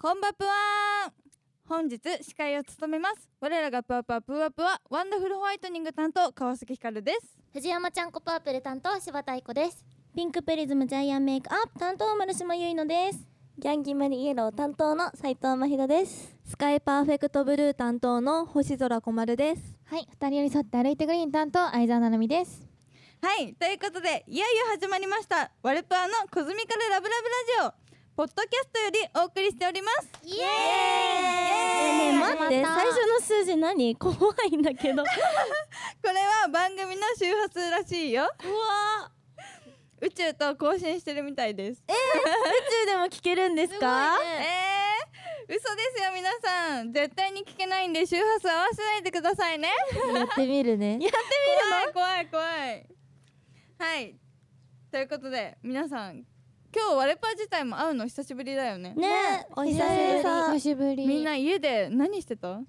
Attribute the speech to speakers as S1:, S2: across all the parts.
S1: こんばぷわーん本日司会を務めます我らがぷわぷわぷわぷわワンダフルホワイトニング担当川崎ひかるです
S2: 藤山ちゃんこパープル担当柴田愛子です
S3: ピンクプリズムジャイアンメイクアップ担当丸島結乃です
S4: ギャンギマリイエロー担当の斉藤真宏です
S5: スカイパーフェクトブルー担当の星空小丸です
S6: はい二人寄り添って歩いてグリーン担当相澤七海です
S1: はいということでいよいよ始まりましたワルプアのコズミカルラブラブラジオポッドキャストよりお送りしております
S2: イエーイ
S3: えねえ待って最初の数字何 怖いんだけど
S1: これは番組の周波数らしいよ宇宙と交信してるみたいですえ
S3: 宇宙でも聞けるんですか
S1: えー、嘘ですよ皆さん絶対に聞けないんで周波数合わせないでくださいね
S5: やってみる ね
S1: 怖い怖い怖いはいということで皆さん今日ワレパ自体も会うの久しぶりだよね
S3: ね
S4: お久しぶりさ
S6: 久しぶり
S1: みんな家で何してた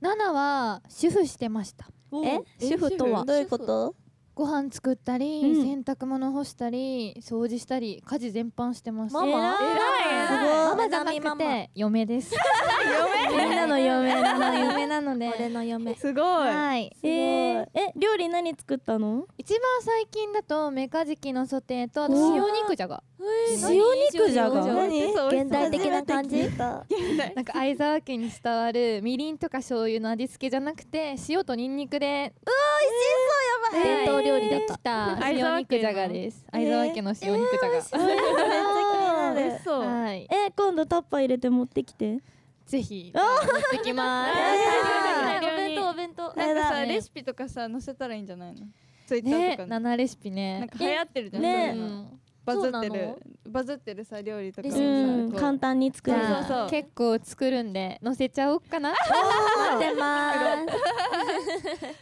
S6: ナナは主婦してました
S5: え主婦とは
S4: どういうこと
S6: ご飯作ったり、
S3: うん
S6: 洗濯物干したり掃除したり家事全般してます
S3: ママ
S4: すごい
S6: ママじゃなくて嫁です
S3: みんな の嫁なのよ
S5: 嫁なので俺の嫁
S1: すごい
S6: はい
S3: えー、え料理何作ったの
S6: 一番最近だとメカジキのソテーとあと
S3: おー
S6: 塩肉じゃが
S3: 塩肉じゃ
S6: 塩
S3: が
S6: 肉
S4: 何
S5: 現代的な感じ
S4: 初めて聞いた
S6: なんか相沢家に伝わるみりんとか醤油の味付けじゃなくて塩とニンニクでうわ美味しそうやば
S5: 伝統料理だった
S6: た
S1: 相
S6: 塩
S1: 沢家の
S6: 肉じゃがです相沢家の塩肉じゃ
S4: めっち
S1: 美
S4: ゃ気にな
S1: 味
S4: る
S1: しそう、
S6: がはい
S3: え今度タッパー入れて持ってきて
S6: ぜひ
S3: あ
S6: 持ってきます
S1: 大量に
S2: お弁当お弁
S1: なんかさ、
S6: ね
S1: レシピとかさ載せたらいいんじゃないのツイッター
S6: ね
S1: とかに、
S6: 七レシピ
S1: なん
S6: ね
S1: か流行ってるじゃん、
S3: ね
S1: そうういうの
S6: ん
S1: バズって
S2: そうな
S1: る
S2: の
S1: バズってるさ料理とか
S2: レ
S1: を
S2: シ
S1: さ
S2: ピ
S3: うん
S1: こ
S3: 簡単に作
S6: じ
S3: れる
S1: そう
S6: ゃ
S1: そう
S6: あ
S1: そう
S6: 結構作るんで載せちゃおうかな
S5: 待ってます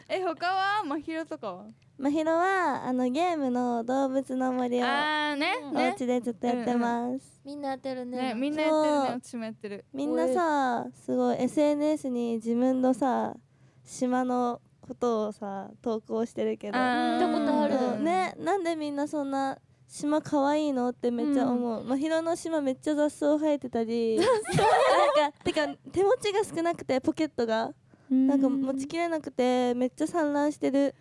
S1: え他はまひろとかは
S4: 真宏はあのゲームの動物の森を
S1: あーね
S4: お
S1: ね
S4: 家でずっとやってます
S2: みんなやってる
S1: ね
S2: ね
S1: みんなやってる
S4: そ
S1: ね私もやってる
S4: みんなさすごい SNS に自分のさ島のことをさ投稿してるけど
S1: あー
S2: 見たことある
S4: そうねなんでみんなそんな島可愛いのってめっちゃ思う、真宙の島めっちゃ雑草生えてたり なんかてか手持ちが少なくてポケットがなんか持ちきれなくてめっちゃ散乱してる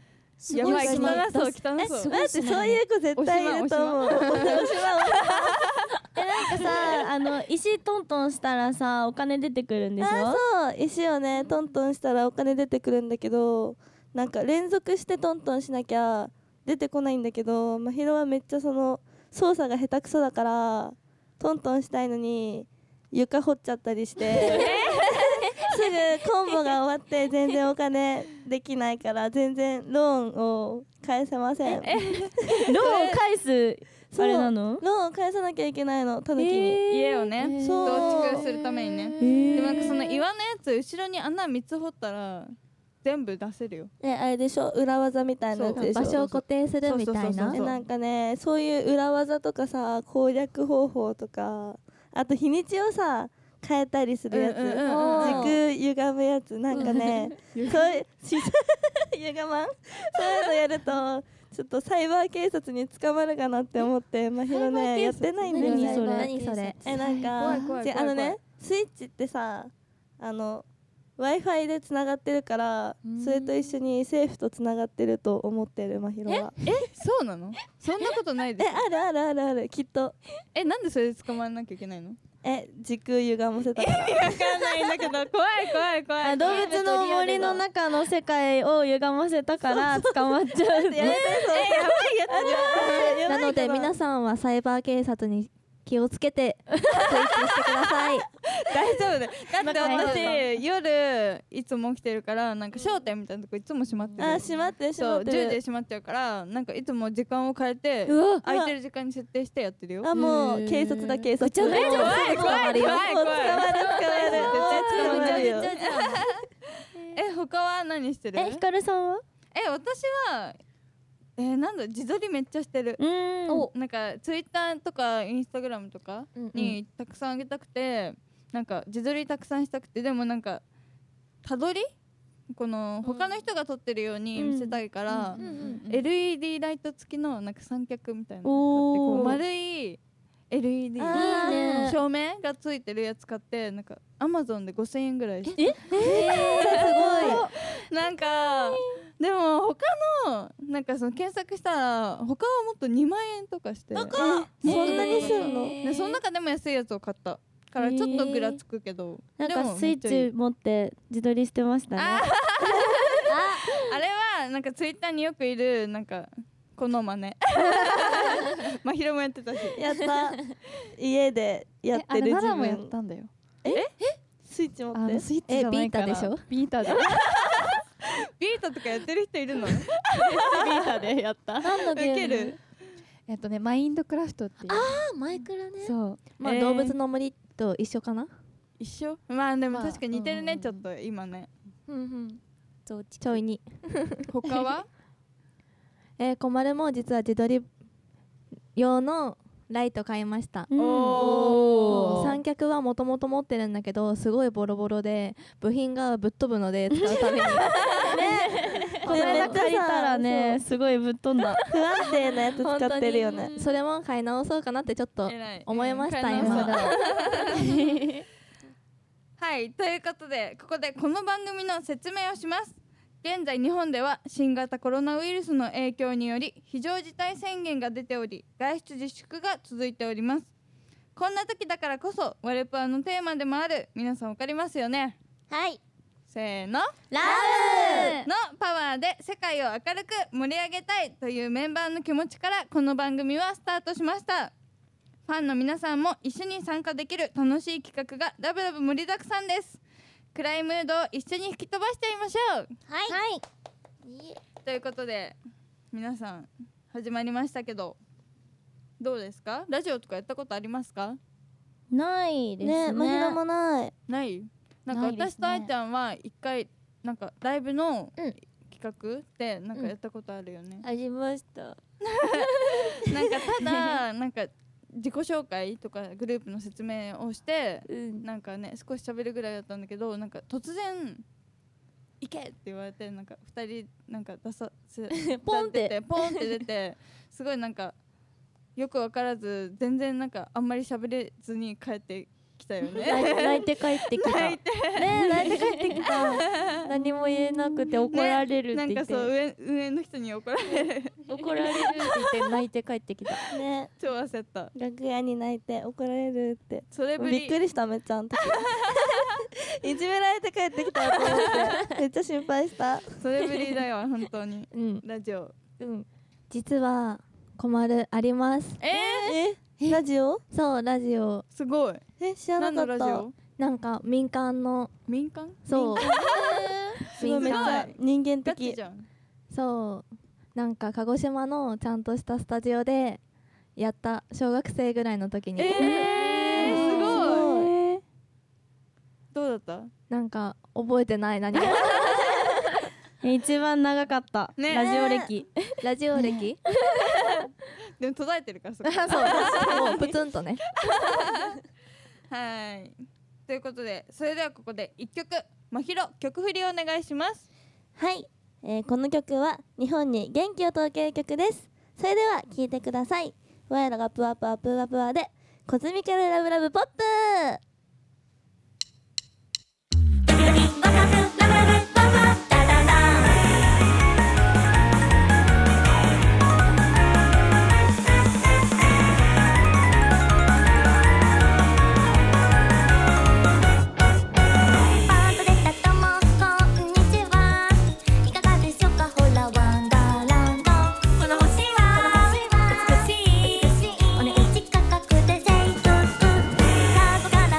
S1: やばい汚
S4: す
S5: ごい
S1: そう汚そう
S4: だってそういう子絶対いると思うお島
S3: えなんかさあの石トントンしたらさお金出てくるんでしょ
S4: あーそう石をねトントンしたらお金出てくるんだけどなんか連続してトントンしなきゃ出てこないんだけどまひろはめっちゃその操作が下手くそだからトントンしたいのに床掘っちゃったりして すぐコンボが終わって全然お金できないから全然ローンを返せませ
S3: ロ
S4: ん
S3: ーンを返す
S4: そう
S3: あれなの
S4: ローンを返さなきゃいけないのたぬきに、
S1: 家をね
S4: そう
S1: 増築するためにねでもなんかその岩のやつ後ろに穴3つ掘ったら全部出せるよ
S4: ねあれでしょ裏技みたいなやつでしょ
S5: 場所を固定するみたい
S1: そうそうそう
S5: な
S1: そ
S4: え
S1: う
S4: なんかねそういう裏技とかさ攻略方法とかあと日にちをさ変えたりするやつ、
S1: うんうんうん
S2: う
S4: 時
S2: ん
S4: 空歪むやつなんかね、そう いうし歪まんそういうのやるとちょっとサイバー警察に捕まるかなって思ってまひろねやってないんだよ
S5: 何
S4: ね
S5: それ
S2: 何
S5: 何
S2: そ
S5: そ
S2: れ
S5: れ
S4: えなんか
S1: 怖い怖い
S4: じゃ
S1: 怖い怖
S4: あ
S1: い
S4: あのねスイッチってさあの w i f i でつながってるから
S1: うん
S4: それと一緒に政府とつながってると思ってるまひろは
S1: そうなのそんなことない
S4: え
S1: で
S4: あ
S1: す
S4: るあるあるあるきっと
S1: えなんでそれで捕まらなきゃいけないの
S4: え時空歪ませたから
S1: わかんないんだけど 怖い怖い怖
S3: あ
S1: い
S3: 動物の森の中の世界を歪ませたから捕まっちゃう
S4: やめ てそうえやばいやつ
S5: なので皆
S4: さ
S5: さんはサイバー警察に気をつけ てスイッチしてください
S1: 大丈夫だよだって
S3: 仲
S1: 私夜いつも起きてるからなんか商店みたいなとこいつも閉まってる
S4: あ閉まってる閉ま
S1: そう10
S4: っ
S1: 時
S4: て
S1: で
S4: る
S1: 閉まっちゃうからなんかいつも時間を変えて空いてる時間に設定してやってるよ
S4: あもう警察だ警察
S5: ちゃめちゃ
S4: もう
S1: 怖い怖い怖い怖い
S4: 捕まる捕まる
S1: 絶対捕まる
S4: 捕まるよ
S1: え他は何してる
S3: えひかるさんは
S1: え私はえーなんだ自撮りめっちゃしてる
S3: うーん
S2: お
S1: なんかツイッターとかインスタグラムとか
S2: うん
S1: にたくさんあげたくて、なんか自撮りたくさんしたくてでもなんかたどりこの他の人が撮ってるように見せたいから、
S2: うんうん
S1: LED ライト付きのなんか三脚みたいなのを買って
S3: おー
S1: こう丸い LED
S3: あーいいね
S1: 照明がついてるやつ買ってなんかアマゾンで5000円ぐらいして なんかでも他のなんかその検索したら他はもっと2万円とかして
S4: えそんなにすんの
S1: でその中でも安いやつを買ったからちょっとぐらつくけど、
S3: なん
S1: で
S3: か
S1: も
S3: スイ
S1: めっちゃいい
S3: ッチ持って自撮りしてましたね
S1: ああれはなんかツイッターによくいるなんかこの真 似まひろもやってたし
S4: やった家でやっ
S6: えあ
S4: て
S6: れ
S4: る自
S6: 奈良もやっ
S4: 分
S6: たんだよ
S4: スイッチ持
S6: あ
S4: って
S6: のスイッチじゃないか
S5: え
S6: ら
S5: ビータでしょ
S6: ビータで
S1: ビートとかやってる人いるの
S6: ビータでやった
S3: 何の
S1: ウ
S3: ゲ
S1: ケ
S3: ーム
S1: る
S6: えっとねマインドクラフトっていう
S2: マイクラね
S6: そう
S5: まあ、
S1: えー
S5: 動物の森と一緒かな
S1: 一緒まあでも
S6: まあ
S1: 確かに似てるね、
S6: うん
S1: ちょっと今ね
S6: うんうん
S5: ちょいに
S1: 他 は
S5: えー、小丸も実は自撮り用のライト買いました
S3: うん
S1: お
S5: 三脚はもともと持ってるんだけどすごいボロボロで部品がぶっ飛ぶので使う ために
S3: この間借りたらね
S4: そ
S3: すごいぶっ飛ん だ
S4: う不安定なやつ使ってるよね
S5: それも買い直そうかなってちょっと
S1: 偉い
S5: 思いました
S1: うん
S5: 今
S1: 買い直そうはいということでここでこの番組の説明をします現在日本では新型コロナウイルスの影響により非常事態宣言が出ており外出自粛が続いておりますこんな時だからこそワルプアのテーマでもある皆さんわかりますよね
S2: はい
S1: せーの
S2: ラ
S1: のパワーで世界を明るく盛り上げたいというメンバーの気持ちからこの番組はスタートしましたファンの皆さんも一緒に参加できる楽しい企画がラブラブ盛りだくさんです暗いムードを一緒に吹き飛ばしちゃいましょう
S2: ブはいはいいえ
S1: ということで皆さん始まりましたけどどうですかラジオとかやったことありますか
S3: ないですね
S4: ねまひろもない
S1: ないなんか
S6: ないですね
S1: 私とあいちゃんは一回なんかライブの
S2: うん
S1: 企画でなんかやったことあるよね、
S4: ありました
S1: なんかただなんか自己紹介とかグループの説明をして
S4: うん
S1: なんかね少し喋るぐらいだったんだけどなんか突然「行け!」って言われてなんか二人なんか出さす
S3: ポンって
S1: 出ポンって出てすごいなんかよく分からず全然なんかあんまり喋れずに帰ってきたよ ね。
S3: 泣い泣いて帰ってきた
S1: 泣い
S3: ねえ泣いて帰ってきた 何も言えなくて怒られるっ
S1: な
S3: て
S1: ん
S3: 言
S1: か
S3: っ
S1: そう
S3: て
S1: 上上の人に怒られる
S3: 怒られるって言って泣いて帰ってきた
S4: ね
S1: 超焦った
S4: 楽屋に泣いて怒られるって
S1: それぶ
S4: びっくりしためっちゃあの時 いじめられて帰ってきたと思 ってめっちゃ心配した
S1: それぶりだよ本当に
S5: うん
S1: ラジオ
S5: うん実は困るあります
S1: えー、
S4: えラジオ
S5: そうラジオ
S1: すごい
S4: え知ら
S1: 何の
S4: な
S1: ラ
S4: かっ
S1: ジ
S4: た
S1: オ
S5: なんか民間の
S1: 民間
S5: そう
S4: すごいめっちゃ
S1: す
S4: 人間
S1: ガチ
S4: 的
S1: じゃん
S5: そうなんか鹿児島のちゃんとしたスタジオでやった小学生ぐらいの時に、
S1: えー、すごい
S4: ごい
S1: どうだった
S5: なんか覚えてない 何も
S3: 一番長かった、
S1: ね
S3: ラジオ歴
S5: ラジオ歴
S1: でも途絶えてるからそこ
S5: そうもうプツンとね
S1: はいということでそれではここで一曲まひろ曲振りお願いします
S4: はい、えーこの曲は日本に元気を届ける曲ですそれでは聴いてください我らがぷわぷわぷわぷわでコズミカルラブラブポップ
S2: パートでたともこんにちはいかがでしょうかほらワンダーランドこの星は美しいお値打ち価格でセイトゥトゥカーブから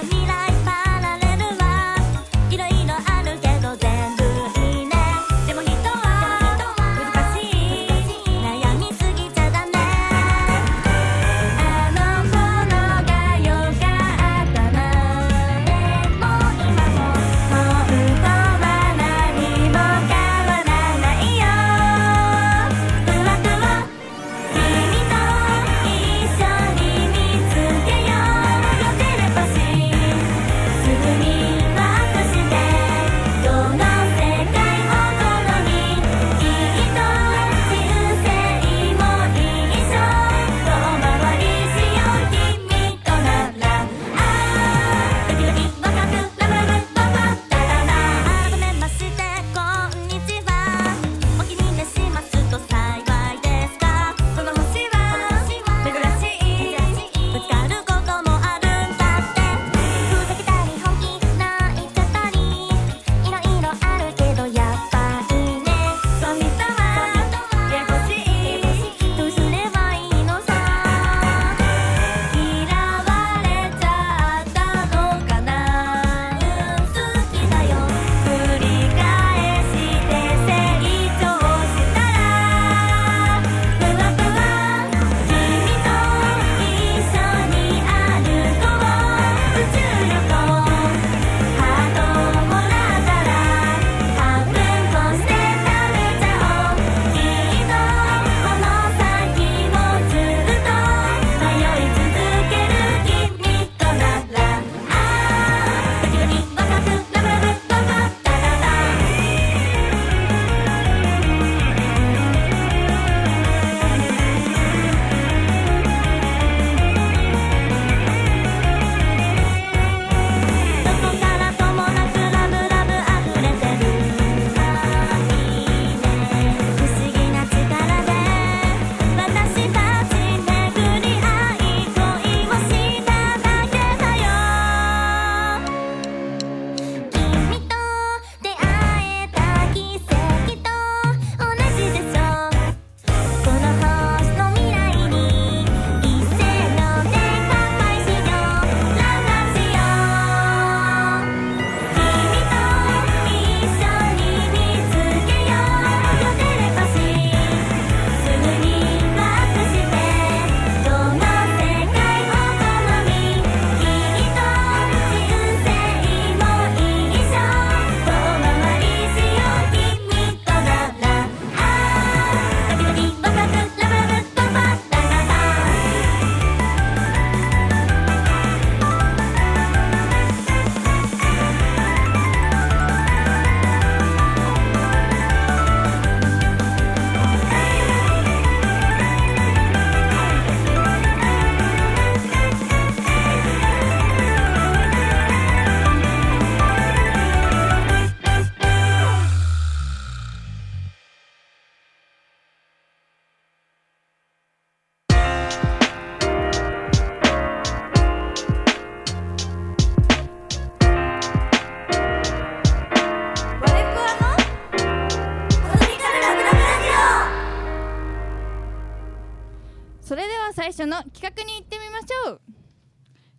S1: 最初の企画に行ってみましょう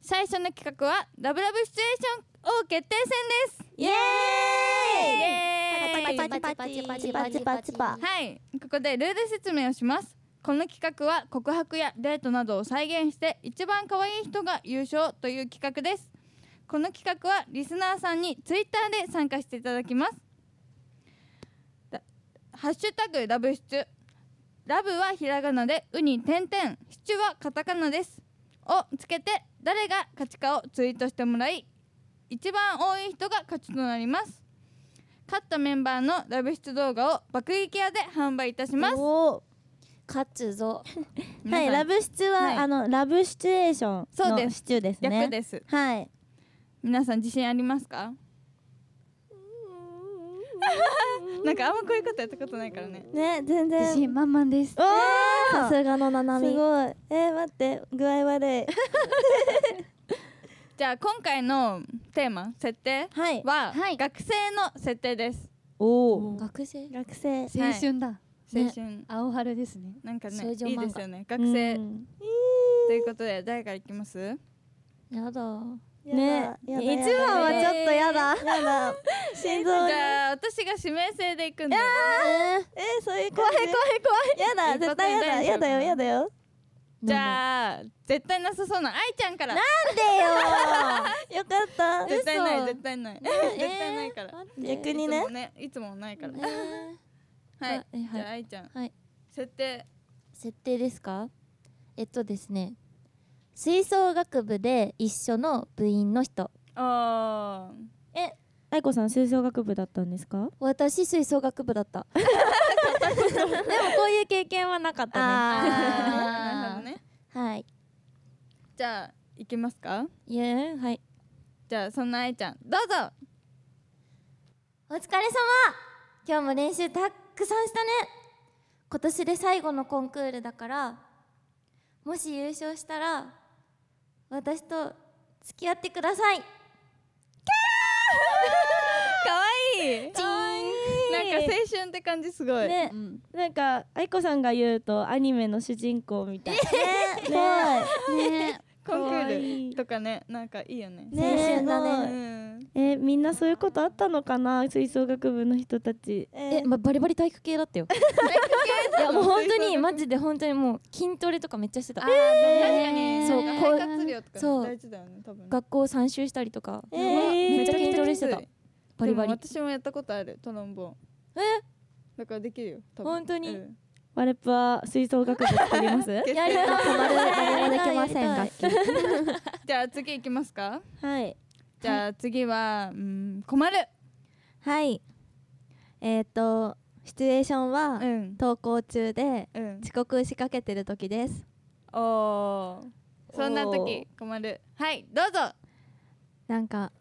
S1: 最初の企画はラブラブシチュエーション王決定戦です
S4: イエ
S1: イエーイはい、ここでルール説明をします。この企画は告白やデートなどを再現して一番可愛い人が優勝という企画です。この企画はリスナーさんにツイッターで参加していただきます。だハッシュタグラブシチュラブはひらがなでウに点々シチュはカタカナですをつけて誰が勝ちかをツイートしてもらい一番多い人が勝ちとなります勝ったメンバーのラブ出動画を爆撃屋で販売いたします
S4: お
S2: 勝つぞ
S1: 皆
S3: は
S1: さん
S3: い、ラブシチュは、
S1: はい
S3: あのラブシチュエーション
S1: そうで
S3: の
S1: す
S3: シチューですね。
S1: 略です
S3: はい。
S1: 皆さん自信ありますか なんかあんまこういうことやったことないからね
S4: ーね全然
S6: 自信満々です
S4: お
S5: さ
S4: ー
S5: すがのなな
S4: す
S5: み
S4: ごいえー、待って具合悪い
S1: じゃあ今回のテーマ設定
S4: はい
S1: は、
S6: はい
S1: 学生の設定です
S4: おお
S5: 学生
S4: 学生
S1: は
S6: 青
S1: い
S6: 春だ
S1: 青春、
S6: 青春ですね
S1: なんかね
S5: 少女漫画
S1: いいですよね学生、
S4: うん
S1: ということで誰からいきます
S5: やだ
S4: ね
S3: ね、一番はちょっとやだ。
S4: やだ心臓
S1: じゃあ私が指名制でいくんで
S4: えー、そういう怖い怖い怖いやだ
S1: 一発
S4: 絶対やだ
S1: 目大丈夫
S4: やだよやだよ
S1: じゃあ絶対なさそうな愛ちゃんから
S4: よかった
S1: 絶対ない絶対ない絶対ないから
S4: 逆にね
S1: いつもねいつもないからはい、
S5: あえはい
S1: じゃあ愛ちゃん、
S5: はい
S1: 設定
S5: 設定ですかえっとですね吹奏楽部で一緒の部員の人
S1: あー
S3: 愛子さん吹奏楽部だったんですか？
S5: 私吹奏楽部だった
S3: でもこういう経験はなかった ね。
S1: なるほどね
S5: はい
S1: じゃあ行きますか
S5: いやはい
S1: じゃあそんな愛ちゃんどうぞ
S5: お疲れ様今日も練習たっくさんしたね今年で最後のコンクールだからもし優勝したら私と付き合ってください
S1: 可愛いいなんか青春って感じすごい、
S3: ね、なんか愛子さんが言うとアニメの主人公みたい。
S4: ね怖い
S1: コンク
S3: 可愛
S1: ー
S3: い
S1: ルとかねなんかいいよね
S4: ね
S5: 青春だね
S4: すご
S1: う
S4: い
S1: ん
S3: えみんなそういうことあったのかな吹奏楽部の人たち。
S4: え
S5: え、ま、バリバリ体育系だったよいやもう本当にマジで本当にもう筋トレとかめっちゃしてた
S1: え
S5: そうこ
S1: 生
S5: う
S1: 活量とか
S5: そう
S1: 大事だよね多分ね
S5: 学校3周したりとか
S4: え
S3: ー
S5: めっちゃ筋トレしてた
S1: めっちゃきつい
S5: バリバリ
S1: でも私もやったことあるトロンボーン
S5: え
S1: だからできるよ多分
S5: 本当に
S1: うん
S3: ワレプは吹奏楽部作ります
S1: 決
S5: やり
S1: 戦
S5: たい
S2: 誰もできませんが
S1: じゃあ次行きますか
S3: はい。
S1: じゃあ次は、うん、困る
S5: はいえっ、とシチュエーションは
S1: うん
S5: 登校中で
S1: うん
S5: 遅刻しかけてる時です
S1: おおそんな時困るはいどうぞ
S5: なんか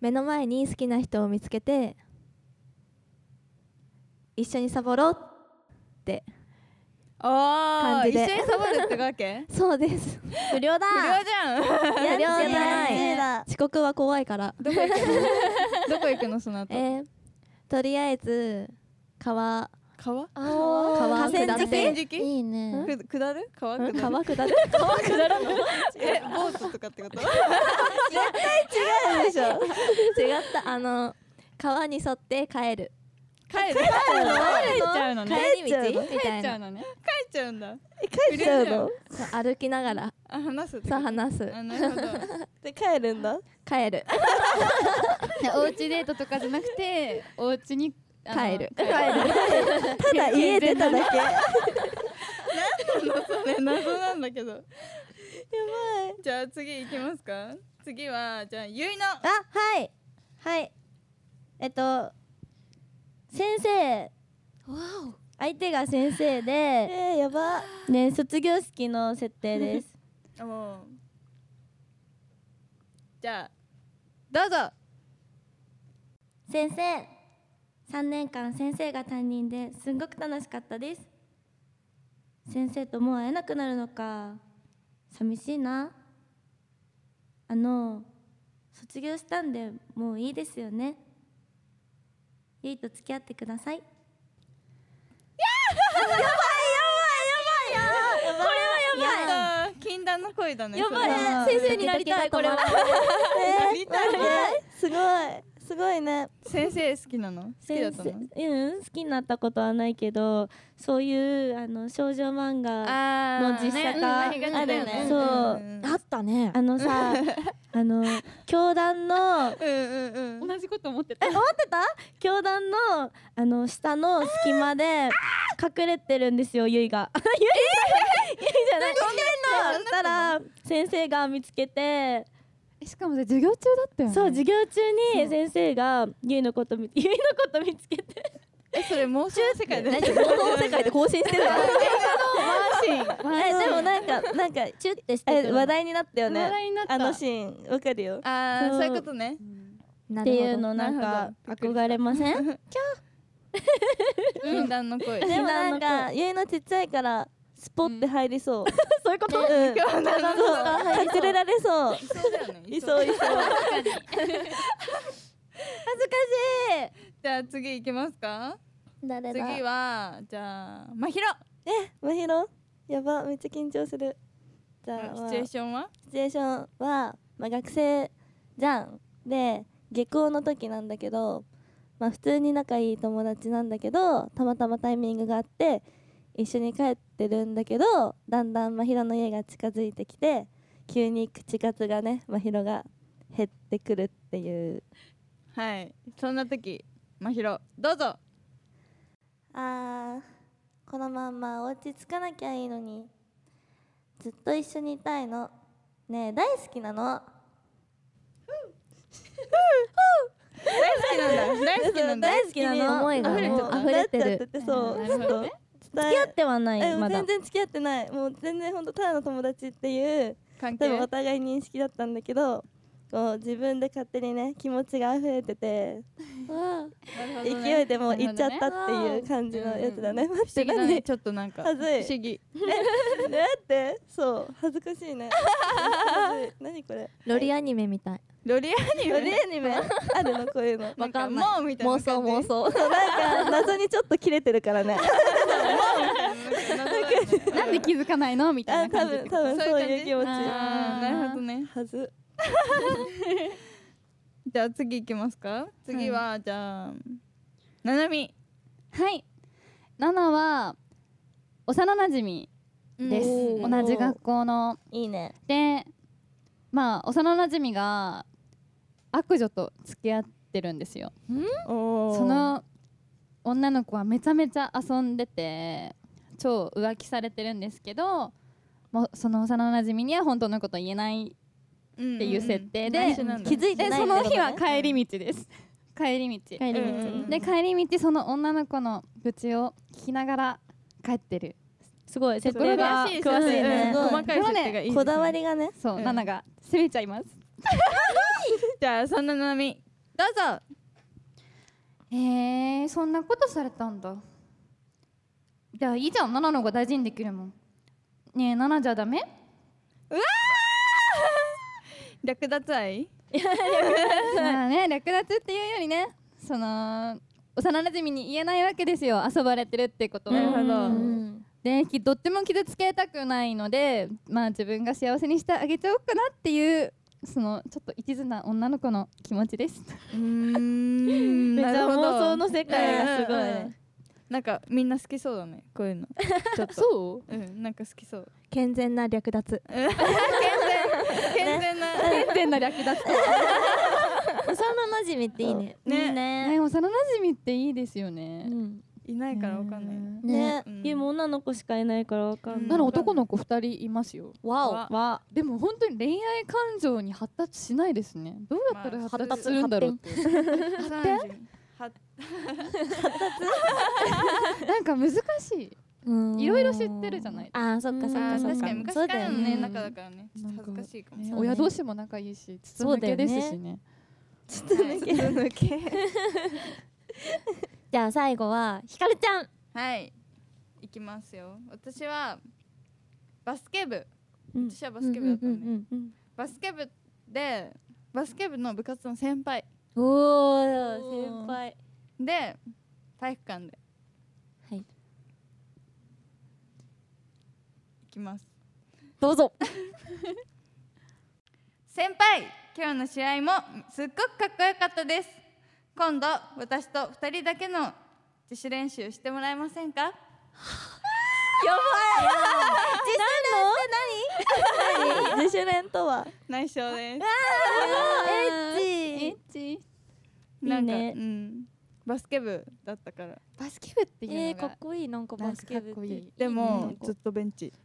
S5: 目の前に好きな人を見つけて一緒にサボろうって
S1: おお
S5: 感じ
S1: 一緒
S5: で
S1: にサボるってわけ
S5: そうです
S3: 不良だ。
S1: 無料じゃん
S5: や
S4: や
S5: じゃ
S4: だ
S5: ない
S4: やだ
S5: 遅刻は怖いから
S1: どこ行くのどこ行くのその後
S5: えー、とりあえず 川
S1: 川
S5: 川下っ
S1: 河川
S5: て
S1: 敷
S5: いいね
S1: く下る川下る
S5: 川下って
S1: えボートとかってこと
S4: でしょ
S5: 違ったあの川に沿って帰る
S1: 帰る帰っちゃうのね
S5: 帰り
S4: 帰っちゃ
S5: 道
S4: う
S5: みたい
S6: ちゃう
S5: な
S6: のね
S1: 帰っちゃうんだ
S4: 帰っちゃうの
S5: そう歩きながら
S1: あ話すってこと
S5: そう話す
S1: あなるほど
S4: で帰るんだ
S5: 帰る
S6: おうちデートとかじゃなく ておうちにあの
S5: 帰る
S6: 帰る
S4: ただ家出ただけやば
S1: それ謎なんだけどじゃあ次行きますか次はじゃあゆいの
S4: あはいはいえっと
S3: 先生相手が先生で
S4: えー、やば
S3: ね卒業式の設定です
S1: おうじゃあどうぞ
S3: 先生3年間先生が担任ですんごく楽しかったです先生ともう会えなくなるのか寂しいなあの卒業したんでもういいですよねゆいと付き合ってください
S1: やばい禁断の恋だね
S5: やばい
S1: それは
S5: 先生になりたいこれは
S4: えー、待ってすごいすごいね
S1: 先生好きなの好きだったの
S3: 先生うん好きになったことはないけどそういうあの少女漫画
S1: あ
S3: の実写化
S1: ねうんありがちだよね
S3: そう
S1: うん
S5: あったね
S3: あのさあの教団の
S1: うんうんうん
S7: 同じこと思ってた。
S3: 教団のあの下の隙間で隠れてるんですよゆいが。ゆい じゃない。そしたら先生が見つけて
S6: えしかもそれ授業中だったよね
S3: そう授業中に先生がゆいのこと 見ゆいのこと見つけて
S1: えそれ妄想世界だね
S3: 世界で更新 してる
S1: マーシン
S3: えでもなんかなんかチュってしてく
S4: え
S3: る
S4: 話題になったよ
S7: 話
S4: ね
S7: 題になった。
S4: あのシーンわかるよ
S1: ああ
S3: そ
S1: そうういうことね
S5: っ
S3: っていうのなん
S1: なる
S3: か
S1: ほど
S3: 憧れませんで
S1: 禁断の恋
S3: も
S4: でも
S3: な
S4: なんん
S3: か
S4: かゆいのちっちゃいからスポって入りそう、
S3: そういうこと
S4: うん
S1: 今日なの
S4: そう隠れられそう
S1: いそうだよね
S4: いそういそう
S1: じゃあ次行きますか
S3: 誰だ
S1: 次はじゃあまひろ
S4: まひろやばめっちゃ緊張するじゃあ
S1: シチュエーションは
S4: シチュエーションは、まあ、学生じゃんで下校の時なんだけど、まあ、普通に仲いい友達なんだけどたまたまタイミングがあって一緒に帰ってるんだけどだんだん真宙の家が近づいてきて急に口数がね真宙が減ってくるっていう
S1: はいそんな時まひろどうぞ
S4: あーこのまんまお家着かなきゃいいのにずっと一緒にいたいのねえ大好きなの
S1: 大好きなんだ大好きなんだ
S3: 大好きなの
S5: 思いが
S1: 溢れ
S5: もう溢れて
S4: なっちゃ
S5: る
S4: っててそう
S7: な
S4: ちょ
S7: るほど
S4: っと
S7: ね
S4: 伝
S3: 付き合ってはな
S4: え
S3: い
S4: も
S3: ま
S4: う
S3: だ
S4: 全然付き合ってないもう全然本当ただの友達っていう
S1: 関
S4: 多
S1: 係
S4: 分お互い認識だったんだけどこう自分で勝手にね気持ちが溢れてて勢いでもう行っちゃったっていう感じのやつだね待っ
S1: 不思
S4: て
S1: 議だね
S4: 何
S1: ちょっとなんか
S4: 恥ずい
S1: 不思議
S4: ねってそう恥ずかしいね恥ずい何これ
S5: ロリアニメみたい
S1: ロリアニメ
S4: ロ リアニメあるのこういうの
S1: わかん
S5: ない
S1: もうみたいな
S5: 妄想妄 想
S4: そうなんか謎にちょっと切れてるからね
S7: なんで気づかないのみた
S4: あ
S7: いな
S4: 多
S7: 感じ
S4: 分。多分そういう気持ち
S1: あーなるほどね
S4: はず
S1: じゃあ次行きますか次はじゃあななみ
S7: はい。ナナは幼馴染です。
S4: うん
S7: 同じ学校の
S4: いいね
S7: で、まあ幼馴染が悪女と付き合ってるんですよ。そ
S4: そ
S7: の女の子はめちゃめちゃ遊んでて超浮気されてるんですけどもうその幼馴染には本当のこと言えない
S1: って
S7: っていう設定で
S1: 内緒なんだ
S4: 気づいて
S7: で
S4: ない
S7: その日は
S4: 帰
S7: 帰り道です帰り道
S3: 帰り道
S4: うん
S7: で帰り道その女の子の愚痴を聞きながら帰ってる
S3: すごい設
S1: これ
S3: 定
S1: ら
S3: が
S1: しい
S3: 詳しいね
S4: すごい
S1: 細かい設定がいいですね
S4: こだわりがね
S7: そう、
S1: うん
S7: ナナが攻めちゃいます
S1: じゃあそんなななみどうぞ
S7: えー、そんなことされたんだじゃあいいじゃんナナの方が大事にできるもんねえナナじゃダメ
S1: 略奪愛
S7: まあね略奪っていうよりねその幼馴染に言えないわけですよ遊ばれてるってことを
S1: なるほど
S7: できどっちも傷つけたくないのでまあ自分が幸せにしてあげちゃおうかなっていうそのちょっと一途な女の子の気持ちです
S1: うーん
S3: めっちゃ妄想
S1: の
S3: の世界がすごいね
S1: なんかみんな好きそうだねこういうのちょっと
S7: そう
S1: うんなんか好きそう
S5: 健全な略奪
S1: うん健全健全な
S7: 原点な略奪と
S5: 幼馴染っていいね
S1: ね
S7: ね幼馴染っていいですよね
S1: いないからわかんない
S3: ね
S1: うん
S3: ゆいも女の子しかいないからわかんな
S7: ないの男の子2人いますよ
S5: わ
S1: わ
S5: わ
S7: でも本当に恋愛感情に発達しないですねどうやったら
S1: まあ
S7: 発達するんだろうって
S1: 発
S7: なんか難しいいろいろ知ってるじゃない
S5: あーそっかそっ
S1: あ
S5: か
S1: ー
S5: そっ
S1: 確
S5: か
S1: かに昔か
S7: そ
S1: らの
S7: うだよ
S1: ね
S7: ね
S1: 仲だからねちょっと恥ずかしいかもし
S7: ね
S5: そうね
S7: 親同士も仲いいし筒
S5: そう
S7: 抜
S5: だよ
S7: け
S5: ね
S7: ですしね
S1: れないちょっ と抜け
S5: じゃあ最後はひかるちゃん
S1: はいいきますよ私はバスケ部
S3: うん
S1: 私はバスケ部だったの
S5: うんうん
S1: ねバスケ部でバスケ部の部活の先輩
S5: おお先輩
S1: で体育館で
S5: はい
S1: きます
S7: どうぞ
S1: 先輩今日の試合もすっごくかっこよかったです今度私と2人だけの自主練習してもらえませんか
S4: 自主練とは
S1: 内緒です
S7: エッチ
S1: なんか
S3: いいね
S1: うん、バスケ部だったから
S6: バスケ部って
S3: え
S6: い
S3: ー、
S6: う
S3: か
S6: の
S3: っ
S6: が
S3: こいいなんか
S6: なん
S3: バ
S6: か
S3: ス
S6: か
S3: ケ
S6: っ
S3: 部って
S6: こいい
S1: で
S3: いい
S1: も
S3: ね
S1: ずっとベンチ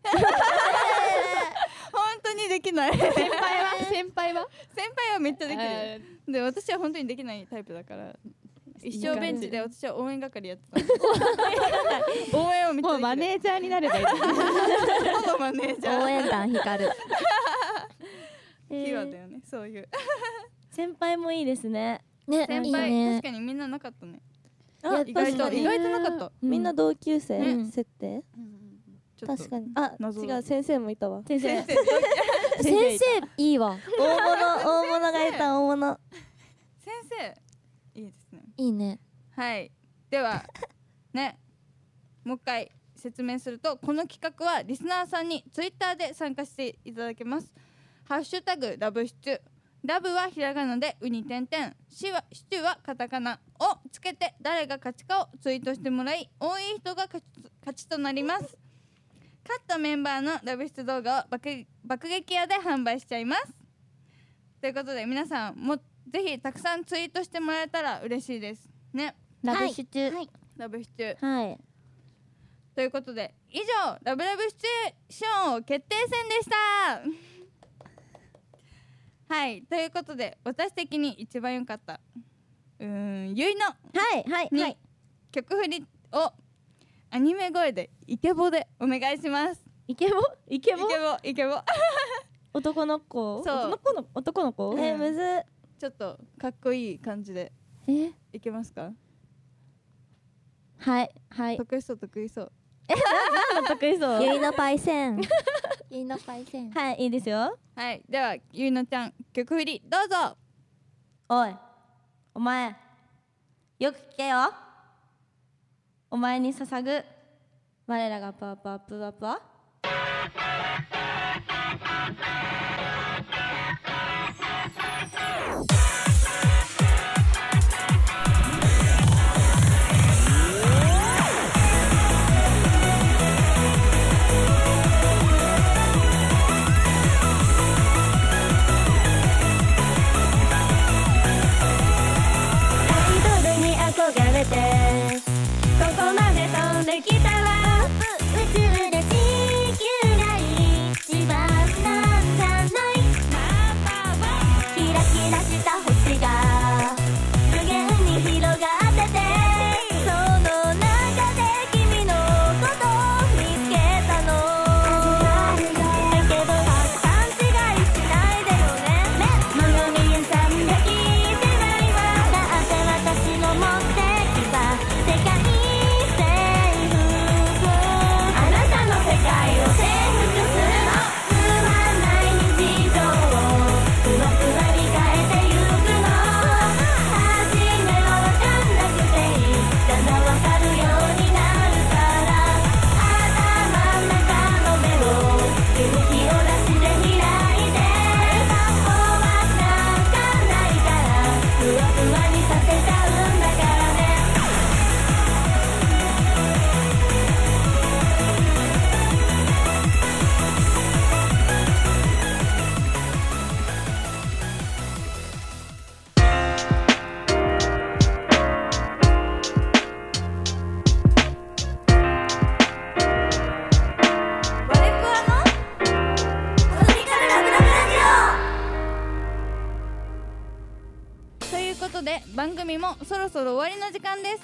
S1: 本当にできない先
S6: 先輩は先輩は
S1: 輩はめっちゃできる
S6: あ
S1: で私は本当にできないタイプだから一生ベンチで私は応援係やってたんです 応援をめ
S6: ー
S1: っちゃできる
S6: もうマネージャーになればいい
S1: ほぼマネージャー
S5: 応援団光る
S3: え
S1: ピュアだ
S3: ー、
S1: よねそういう
S3: 先輩もいいですね
S5: ね
S1: 先
S5: い
S1: 輩
S5: いね
S1: 確かにみんななかったね
S4: あ
S1: 意外
S4: 確か
S1: と意
S4: に
S1: 外となかった
S4: みんな同級生、
S5: うん
S4: 設定
S1: ちょっと
S4: 確かにあ
S1: 謎
S4: 違う先生もいたわ
S3: 先生
S1: 先生
S5: 先生いいわ
S4: 大物大物がいた大物
S1: 先生いいですね
S5: いいね
S1: はいではねもう一回説明するとこの企画はリスナーさんにツイッターで参加していただけますハッシュタグラブシチューラブはひらがなでウニ点々シはシチューはカタカナをつけて誰が勝ちかをツイートしてもらい多い人が勝ち勝ちとなります勝ったメンバーのラブシチュー動画を爆爆撃屋で販売しちゃいますということで皆さんもぜひたくさんツイートしてもらえたら嬉しいですね
S3: ラブシチューはい、
S1: ラブシチュー
S3: はい、
S1: ということで以上ラブラブシチュエーションを決定戦でした はいということで私的に一番良かったうーんゆいの
S3: はいはい
S1: に曲振りをアニメ声でイケボでお願いします
S3: イケボイケ
S1: イケ
S3: ボ
S1: ボイケボ
S3: 男の子
S1: そう
S3: 男の子の男の子
S1: え
S3: え
S1: む
S3: むず
S1: ちょっとかっこいい感じで
S3: え
S1: いけますか
S3: はいはい
S1: 得意そう得意そう
S3: 得意そう
S5: ゆいのパイセ ンゆいのパイセン
S3: はいいいですよ
S1: はいではゆいのちゃん曲振りどうぞ
S3: おいお前よく聞けよお前に捧ぐ我らがパワパワプワプワ
S2: アイドルに憧れてここまで飛んできたら宇宙で地球が一番なんじゃないキラキラした星が無限に広がっててその中で君のことを見つけたのだけど勘違いしないでよねまみえさんが聞いてないわだって私の持ってきた世界征服あなたの世界を征服するのつまんない日常をふわふわに変えてゆくの初めはわかんなくていいだんだんわかるようになるから頭の中の目を勇気を出して開いて過去はなんかないからふわふわにさせちゃうんだからねワレプワのトロピカルラブラブラ
S1: ということで番組もそろそろ終わりの時間です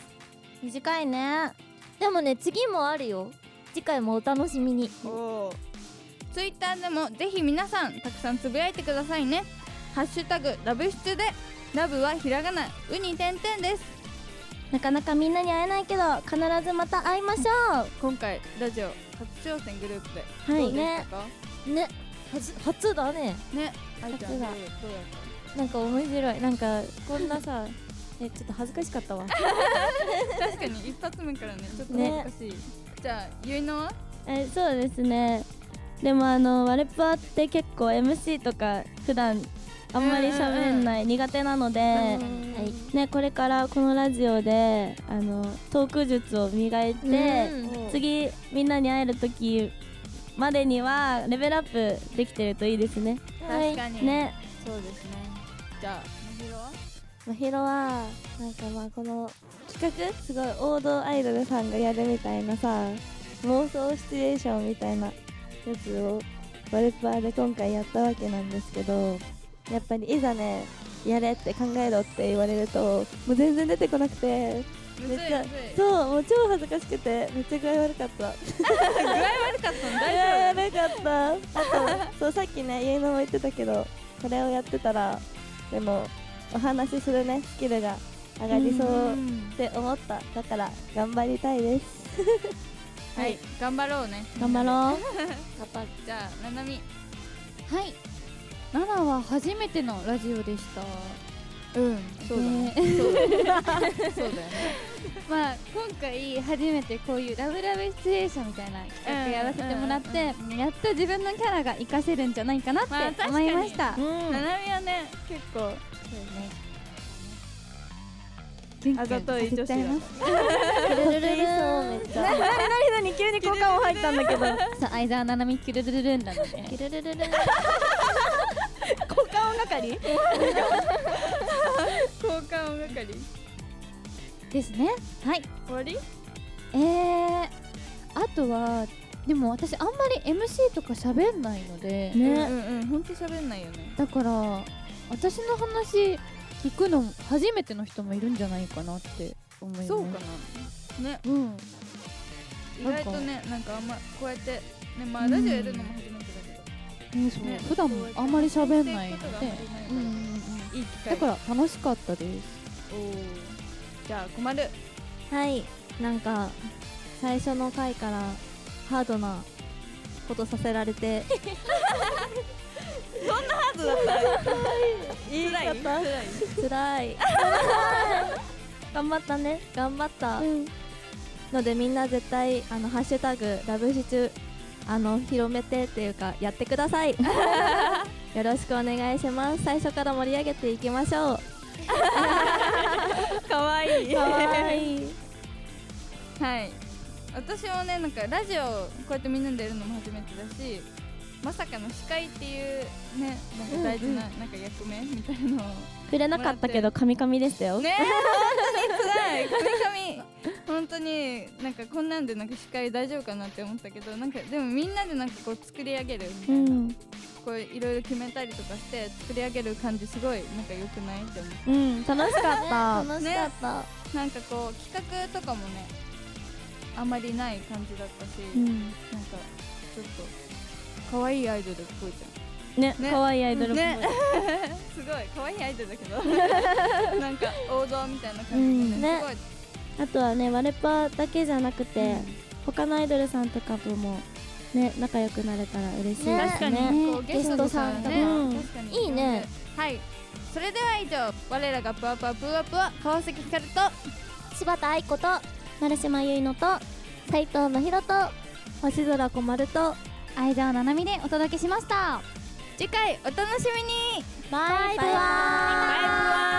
S3: 短いね
S5: でもね次もあるよ次回もお楽しみに
S1: ツイッターでもぜひ皆さんたくさんつぶやいてくださいねハッシュタグラブシチュでラブはひらがなウニ点々です
S3: なかなかみんなに会えないけど必ずまた会いましょ
S1: 今回ラジオ初挑戦グループで
S3: うは
S1: どうで
S3: い
S1: し
S3: ね
S1: たか
S5: ね初初だね
S1: ねあいちゃんどうだ
S3: 初だ
S1: っ
S5: なんか面白いなんか
S3: こんなさ えちょっと恥ずかしかったわ
S1: た確かに一発目からねちょっと
S3: ね
S1: 難しい、じゃあゆいのは
S3: えそうですねでもあのワレパって結構 MC とか普段あんまり喋んない、苦手なので、ね、これからこのラジオであのトーク術を磨いて、次みんなに会える時までにはレベルアップできてるといいですね。
S1: 確かに、
S3: ね
S1: そうですねじゃあみひろは
S4: まひろはなんかまあこの企画すごい王道アイドルさんがやるみたいなさ妄想シチュエーションみたいなやつをワルパーで今回やったわけなんですけどやっぱりいざねやれって考えろって言われるともう全然出てこなくて
S1: むずいむ
S4: めっ
S1: ずい
S4: ちゃそうもう超恥ずかしくてめっちゃ具合悪かった
S1: 具合悪か ったの大丈夫
S4: 大丈夫悪かったあとそうさっきねゆいのも言ってたけどこれをやってたらでもお話しするねスキルが上がりそうって思っただから頑張りたいです
S1: はい頑張ろうね
S3: 頑張ろう。
S1: じゃあななみ
S7: はい奈良は初めてのラジオでした
S1: うんそうだねそ うだねそうだよね
S7: まあ今回初めてこういうラブラブシチュエーションみたいな企画やらせてもらって、やっと自分のキャラが活かせるんじゃないかなっ
S1: まあ
S7: て
S1: 確
S7: 思
S1: かに
S7: いました、
S1: ななみはね結構
S7: キュンキュン
S1: あざとい女子だ
S7: させちゃま
S1: か
S7: す
S4: ルルルルーめっちゃ
S3: 急に効果音入ったんだけど。
S7: そう相沢ななみキュルルルルンなので
S3: ルルルル。
S1: ら交換音係
S7: ですねはい
S1: 終わり
S7: えー、あとはでも私あんまり MC とか喋んないので、
S1: ねうんうん本当喋んないよね
S7: だから私の話聞くの初めての人もいるんじゃないかなって思います
S1: そうかなね
S7: うん
S1: 意外とねなんかあんまこうやってねまあラジオやるのも初めてだけど
S7: ねそう
S1: ね
S7: 普段
S1: こうやって
S7: あんまり喋んないの
S1: 聞いて
S7: で
S1: いくことがあ
S7: う
S1: んまりないから
S7: んうんうん
S1: いい機会
S7: だから楽しかったです
S1: おーじゃあ困る
S3: はい、なんか最初の回からハードなことさせられて、
S1: 辛い辛い
S3: 辛い。頑張ったね、頑張った。のでみんな絶対あのハッシュタグラブシチュあの広めてっていうかやってください。よろしくお願いします。最初から盛り上げていきましょう。
S1: 可愛いい
S3: はい。
S1: はい私もねなんかラジオこうやってみんなでやるのも初めてだしまさかの司会っていうねなんか大事な,、なんか役目みたいのを
S3: くれなかったけどカミカミでしたよ。
S1: ねえ本当につらい本当になんかこんなんでなんか司会大丈夫かなって思ったけどなんかでもみんなでなんかこう作り上げるみた
S3: う
S1: いな、
S3: ん、
S1: こういろいろ決めたりとかして作り上げる感じすごいなんか良くないって思っ
S3: うん、楽しかった。
S1: たねなんかこう企画とかもねあまりない感じだったし、
S3: うん。
S1: なんかちょっと可愛いアイドルっぽいじ
S3: ね、
S1: ね
S3: 可愛いアイド
S1: ゃ
S3: ル
S1: ん。
S3: っぽい。
S1: ね、 すごい可愛いアイドルだけ ど、なんか王道みたいな感じで、
S3: うん
S1: ね
S3: ね、あとはね、ワルパだけじゃなくて、他のアイドルさんとかともね、仲良くなれたら嬉しいですね。
S5: ね確か
S1: すごい、こうゲストさんとか、
S3: ゲストさんとか
S1: ね
S3: うん
S1: 確かに
S5: いいね。
S1: はい、それでは以上、我らがぷわぷわぷわぷわ川崎ひかると、
S5: 柴田愛子と
S3: 成島ゆいのと、
S5: 斉藤真宙と
S3: 星空こまると、
S7: 相沢ななみでお届けしました
S1: 次回お楽しみに。
S5: バイバイ
S1: バイバイ。